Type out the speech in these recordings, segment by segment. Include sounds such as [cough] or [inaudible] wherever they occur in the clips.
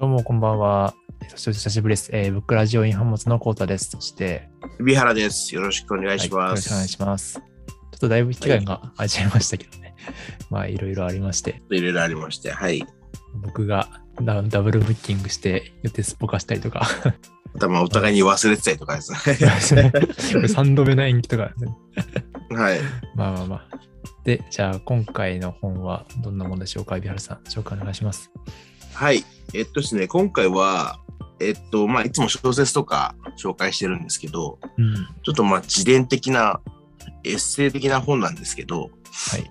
どうもこんばんは。えっと久しぶりです。えー、ブックラジオインハモツのコウタです。そして、海原です。よろしくお願いしはいよまろしす。くお願いします。ちょっとだいぶ期間が空いちゃいましたけどね。 [laughs] まあ、いろいろありまして、いろいろありまして、はい。僕がダダブルブッキングして予定すっぽかしたりと [laughs] か、またお互いに忘れてたりとかですね。 3度目の延期とか、 [laughs] はい。まあまあまあ。で、じゃあ今回の本はどんなものでしょうか、海老原さん。紹介お願いします。はい。えっとですね、今回は、えっと、まあ、いつも小説とか紹介してるんですけど、うん。ちょっとまあ、自伝的な、エッセイ的な本なんですけど、はい。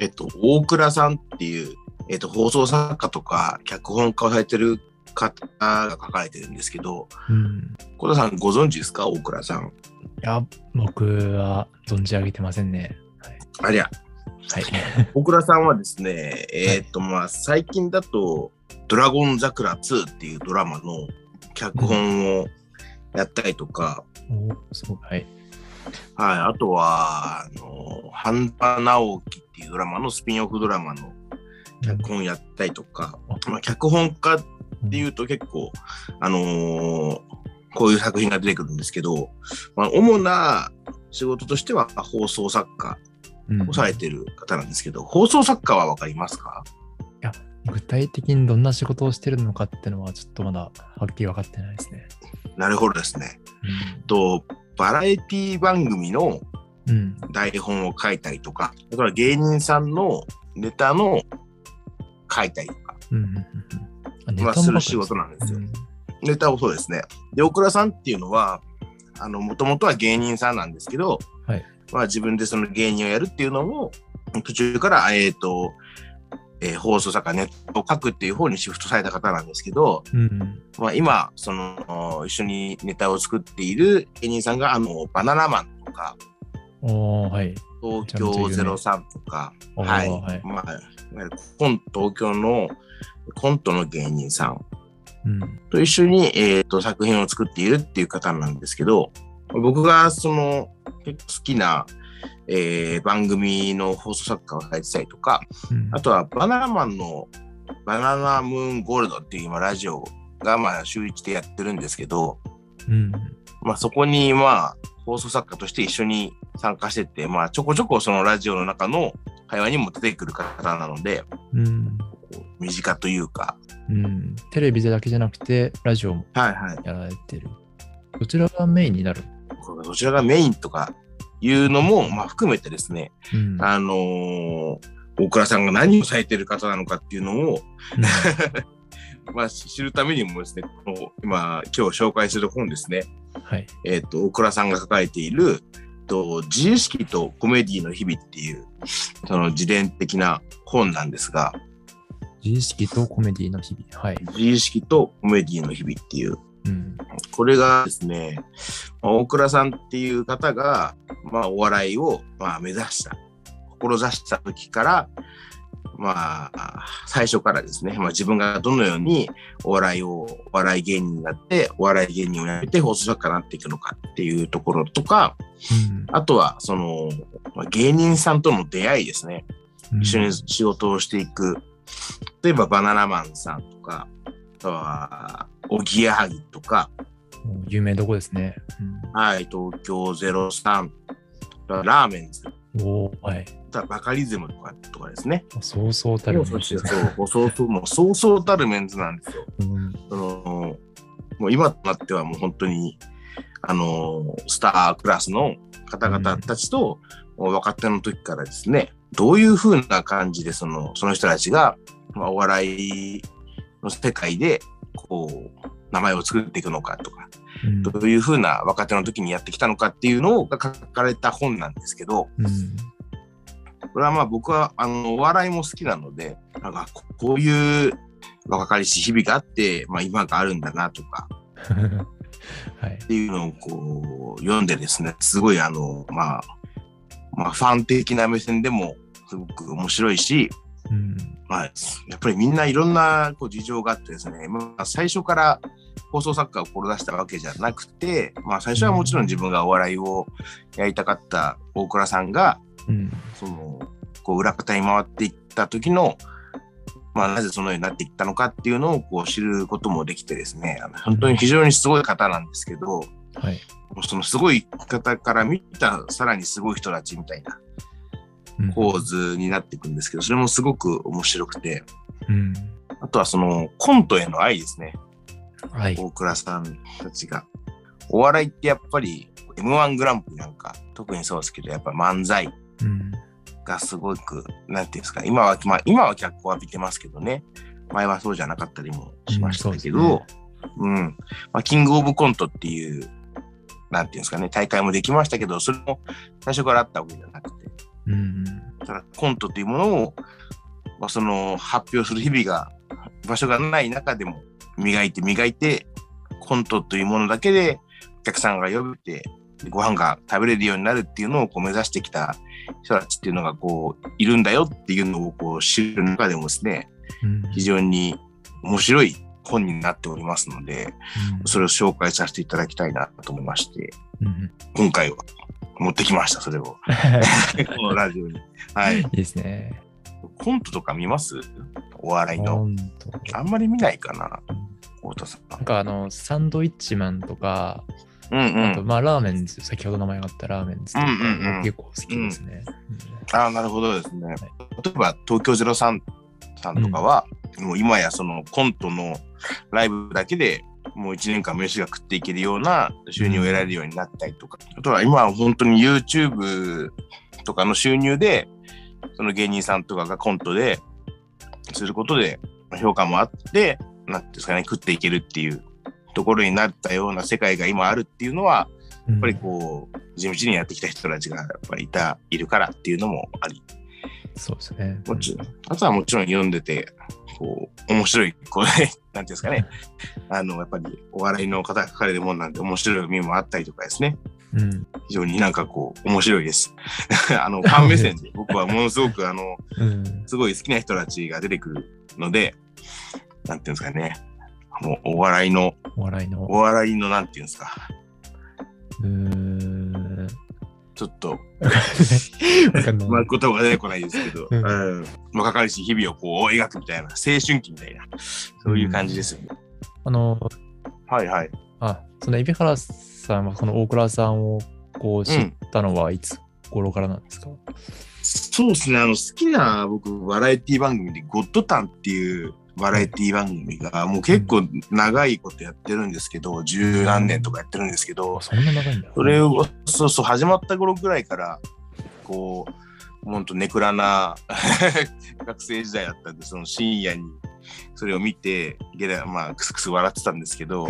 えっと、大倉さんっていう、えっと、放送作家とか、脚本家をされてる方が書かれてるんですけど、うん。小田さんご存知ですか大倉さん。いや、僕は存じ上げてませんね。ありゃ、 [laughs] はい。小倉さんはですね、えーっとまあ最近だと「ドラゴン桜2」っていうドラマの脚本をやったりとか、おーすごい。はい。はい、あとはあの半田直樹っていうドラマのスピンオフドラマの脚本やったりとか、まあ、脚本家っていうと結構あのーこういう作品が出てくるんですけど、まあ、主な仕事としては放送作家うん、をされてる方なんですけど、放送作家はわかりますか具体的にどんな仕事をしてるのかっていうのはちょっとまだはっきり分かってないですね。なるほどですね。えっと、バラエティ番組のうん。うん、台本を書いたりとか、だから芸人さんのネタの書いたりとか、うん、うんうん。あネまあ、タもす書くる仕事なんですよ。んですよネタをそうですね。で、大倉さんっていうのは、あの、もともとは芸人さんなんですけど、はいまあ自分でその芸人をやるっていうのも、途中から、えっ、と、えー放送作家ネットを書くっていう方にシフトされた方なんですけど、うん。まあ、今、その、一緒にネタを作っている芸人さんが、あの、バナナマンとか、うん、おーはい。東めちゃ京めちゃ有名03とか、おーはい、はい。まあ、いわゆる今東京のコントの芸人さんうん。と一緒に、えー、と作品を作っているっていう方なんですけど、僕がその結構好きな、えー番組の放送作家を書いてたりとか、うんあとはバナナマンのバナナムーンゴールドっていう今ラジオがまあ週1でやってるんですけど、うん。まあ、そこにまあ放送作家として一緒に参加してて、まあ、ちょこちょこそのラジオの中の会話にも出てくる方なのでうん。こう身近というか、うん。テレビでだけじゃなくて、ラジオもはいはい、やられてる。どちらがメインになるこれどちらがメインとかいうのもまあ含めてですね、うん。あのー大倉さんが何をされてる方なのかっていうのを、まあ、知るためにもですねこの今今日紹介する本ですね、うんはい。えー、と大倉さんが書かれていると「自意識とコメディの日々」っていうその自伝的な本なんですが自意識とコメディの日々。はい。 「自意識とコメディの日々」っていううん。これがですねまあ大倉さんっていう方が、まあ、お笑いを、まあ、目指した志した時からまあ最初からですね、まあ、自分がどのようにお笑いをお笑い芸人になってお笑い芸人をやめて放送作家になっていくのかっていうところとかあとは、その、まあ芸人さんとの出会いですね。うん。一緒に仕事をしていく。例えば、バナナマンさんとか、あとは、おぎやはぎとか、うん有名どこですね。はい、東京03、ラーメンズ、うん、おーはい。あとはバカリズムとかとかですね。そうそうたそるうものそうですねそうそう、もうそうそうたるメンズなんですよ。うんその、もう今となってはもう本当に、あのースタークラスの方々たちと、もう若手の時からですね、どういう風な感じで、その、その人たちが、まあ、お笑いの世界で、こう、名前を作っていくのかとか、うんどういう風な若手の時にやってきたのかっていうのが書かれた本なんですけど、うんこれはまあ僕はあのお笑いも好きなのでなんかここういう若かりし日々があって、まあ、今があるんだなとかはいっ。ていうのをこう読んでですねすごいあの、まあ、まあファン的な目線でもすごく面白いし、うん。まあ、やっぱりみんないろんなこう事情があってですね、まあ、最初から放送作家を志したわけじゃなくて、まあ、最初はもちろん自分がお笑いをやりたかった大倉さんがうん。そのこう裏方に回っていった時の、まあ、なぜそのようになっていったのかっていうのをこう知ることもできてですね、あの本当に非常にすごい方なんですけど、はい。そのすごい方から見たさらにすごい人たちみたいなうん構図になっていくんですけど、それもすごく面白くて、うん。あとはそのコントへの愛ですね、はい。大倉さんたちが。お笑いってやっぱり M1 グランプリなんか特にそうですけど、やっぱ漫才うん。がすごく、なんていうんですか、今は、まあ、今は脚光を浴びてますけどね、前はそうじゃなかったりもしましたけうんそうど、うん、まあ、キングオブコントっていう、なんていうんですかね、大会もできましたけど、それも最初からあったわけじゃなくて、うん。ただコントっていうものを、まあ、その発表する日々が、場所がない中でも、磨いて磨いて、コントというものだけで、お客さんが呼べて、ご飯が食べれるようになるっていうのをこう目指してきた人たちっていうのがこういるんだよっていうのをこう知る中でもですね、うん非常に面白い本になっておりますので、それを紹介させていただきたいなと思いまして、うんうん今回は持ってきました、それを。このラジオに。はい。いいですね。コントとか見ますお笑いの。本当あんまり見ないかな、太田さん。なんかあの、サンドイッチマンとか、うんうあと、ん。まあ、ラーメンズ、先ほど名前があったラーメンズとかうんうんうん結構好きですね。ああ、なるほどですね。例えば、東京03さんとかは、もう今やそのコントのライブだけでもう1年間飯が食っていけるような収入を得られるようになったりとか、あとは今は本当に YouTube とかの収入で、その芸人さんとかがコントで、することで評価もあって、なんていうんですかね、食っていけるっていうところになったような世界が今あるっていうのは、うんやっぱりこう、地道にやってきた人たちがやっぱりいた、いるからっていうのもあり、そうですね。もちろん、あとはもちろん読んでて、こう、面白い、こう、なんていうんです [laughs] かね、あの、やっぱりお笑いの方が書かれるもんなんで面白い面もあったりとかですね、うん。非常になんかこう、面白いです。 [laughs] あの、ファン [laughs] 目線で、僕はものすごく、あの、うん。すごい好きな人たちが出てくるので、なんていうんですかね、もうお笑いの、お笑いの。お笑いのなんていうんですか、うーん。ちょっとわかんなまあ、い。言葉が出てこないですけど、ううんん、若かりし日々をこう描くみたいな、青春期みたいな、そういう感じですよね。あの、はいはい。あ、その、海老原さんは、この大倉さんをこう知うんったのはいつ頃からなんですか、そうですね、あの、好きな僕、バラエティ番組で、ゴッドタンっていうバラエティ番組が、もう結構長いことやってるんですけど、十何年とかやってるんですけどあ、そんな長いんだ。それを、そうそう、始まった頃ぐらいから、こう、ほんとネクラな [laughs] 学生時代だったんで、その深夜にそれを見て、ゲラ、まあ、クスクス笑ってたんですけど、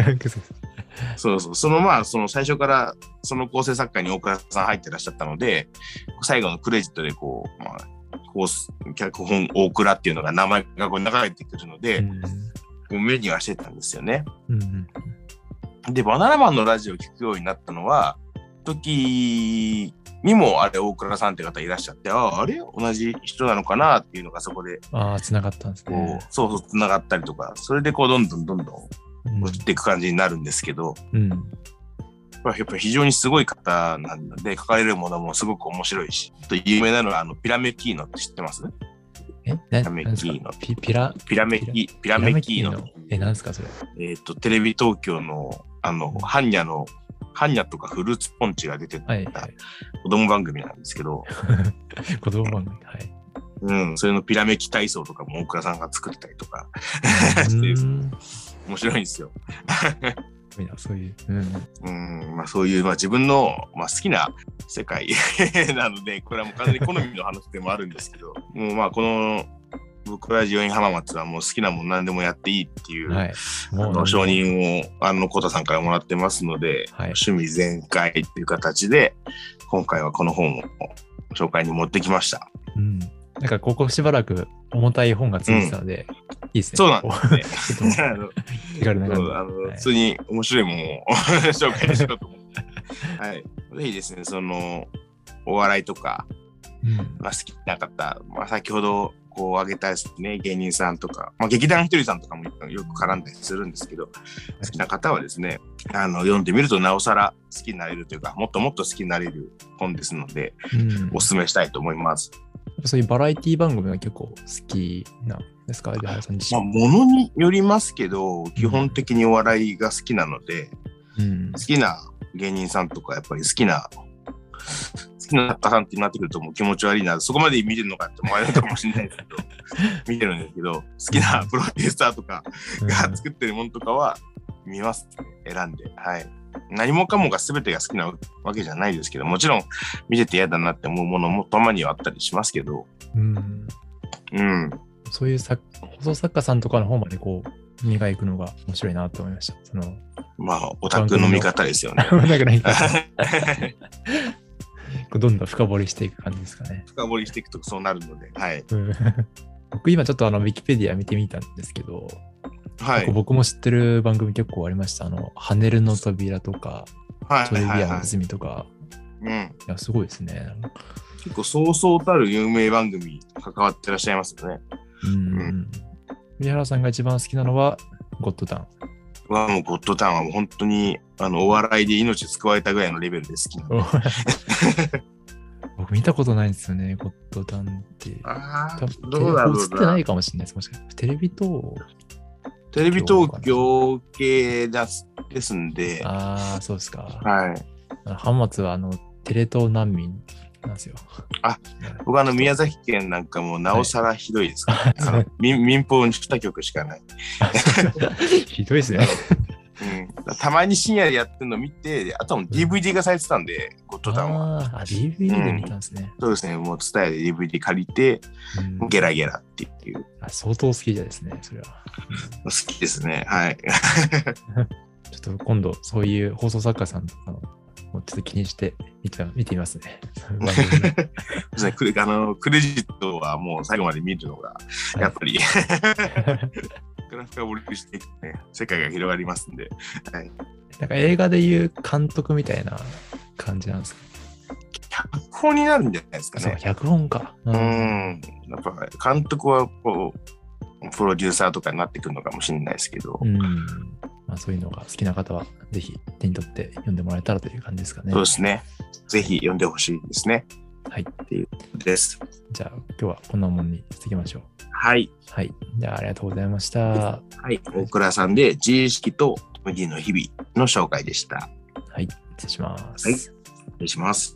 そうそう。そのまあ、その最初から、その構成作家に大倉さん入ってらっしゃったので、最後のクレジットでこう、まあ、構成脚本大倉っていうのが名前がこう流れてくるので、こう目にはしてたんですよね。うんうんで、バナナマンのラジオを聞くようになったのは、時にもあれ大倉さんって方いらっしゃって、ああ、あれ同じ人なのかなっていうのがそこで、ああ、つながったんですこう、ね。そうそう、繋がったりとか、それでこう、どんどんどんどんうん落ちていく感じになるんですけど、うん。まあやっぱり非常にすごい方なので、書かれるものもすごく面白いし、あと有名なのはあのピラメキーノって知ってますえ、なラメなんですかキーノピピラ、ピラメキー、ピラメキーノ。え、なんですかそれ。えっ、と、テレビ東京の、あの、ハンニャの、ハンニャとかフルーツポンチが出てたはい、はい。子供番組なんですけど、子供番組。はい。うん、それのピラメキ体操とかも大倉さんが作ったりとか、 [laughs] うしてるん。面白いんですよ。いやそういう。うん。うん、まあそういう、まあ自分の、まあ、好きな世界 [laughs] なので、これはもう完全に好みの話でもあるんですけど、もうまあこの、僕らジオイン浜松はもう好きなもん何でもやっていいっていう、はい。あものう承。認を、あの、コタさんからもらってますので、はい。趣味全開っていう形で、今回はこの本を紹介に持ってきました。うん。なんかここしばらく重たい本がついてたので、いいですね。そうなんでですね。 [laughs] あの気軽なそ感じうで。あの、はい普通に面白いものを [laughs] 紹介しようと思って。はい。ぜひですね、その、お笑いとか、うんまあ、好きな方、まあ、先ほどこう挙げたですね芸人さんとか、まあ、劇団ひとりさんとかもよく絡んだりするんですけど好きな方はですねあの読んでみるとなおさら好きになれるというかもっともっと好きになれる本ですのでうんおすすめしたいと思います。そういうバラエティ番組が結構好きなんですか出原さん自まあ、身。ものによりますけど、基本的にお笑いが好きなので、うん好。きな芸人さんとか、やっぱり好きな、好きな作家さんってなってくるともう気持ち悪いな、そこまで見てるのかって思われるかもしれないですけ [laughs] ど、見てるんですけど、好きなプロデューサーとかが作ってるものとかは見ます、選んで。はい。何もかもが全てが好きなわけじゃないですけど、もちろん見てて嫌だなって思うものもたまにはあったりしますけど、うんうんうん。そういう作放送作家さんとかの方までこう、目が行くのが面白いなと思いました。 [laughs] その、まあ、オタクの見方ですよね。なんか何かこうどんどん深掘りしていく感じですかね。[laughs] [laughs] 深掘りしていくとそうなるので、はい。うん僕今ちょっとあのウィキペディア見てみたんですけど、は結構い。僕も知ってる番組結構ありました。あの、ハネルの扉とか、はい。トリビはいアのはい泉とか、うん、いや、すごいですね。結構そうそうたる有名番組関わってらっしゃいますよね。うんうん。宮原さんが一番好きなのは、ゴッドタ僕はもうゴッドタウンはもう本当にあのお笑いで命救われたぐらいのレベルで好きなの。ウン。 [laughs] 僕見たことないんですよね、ゴッドタンって。あ多あ、分どうだろ映うってな。ないかもしれないです。もしかしてテレビと、テレビ東京系だすですんで、はああ、そうですか。い。あの浜松はあのテレ東難民なん [laughs] ですよ。あ僕はあの宮崎県なんかもうなおさらひどいで [laughs] すから、あの民民放2局しかない。ひどいですね。うん、たまに深夜でやってるの見て、あとはもう DVD がされてたんで、ゴッドタウンは。あーあ、DVD で見たんですね。そうですね、もう伝えで DVD 借りて、うんゲラゲラっていう。あ相当好きじゃですね、それは。好きですね。はい。ちょっと今度、そういう放送作家さんとかの、もうちょっと気にして見て見てみます [laughs] ね。 [laughs] 番組のそうですねクレあのクレジットはもう最後まで見るのが、いやっぱり、グラフがボリしていくね、世界が広がりますんで。なんか映画でいう監督みたいな感じなんですか脚本になるんじゃないですかそうね。脚本か。うう。ん。やっぱ監督はこう、プロデューサーとかになってくるのかもしれないですけど、うんまあ、そういうのが好きな方は、ぜひ手に取って読んでもらえたらという感じですかね。そうですね。ぜひ読んでほしいですね。はいっていうことです。じゃあ、今日はこんなもんにしていきましょう。はい。はい。じゃあ、ありがとうございました。はい。大倉さんで、自意識と麦の日々の紹介でした。はい。失礼します。はい失礼します。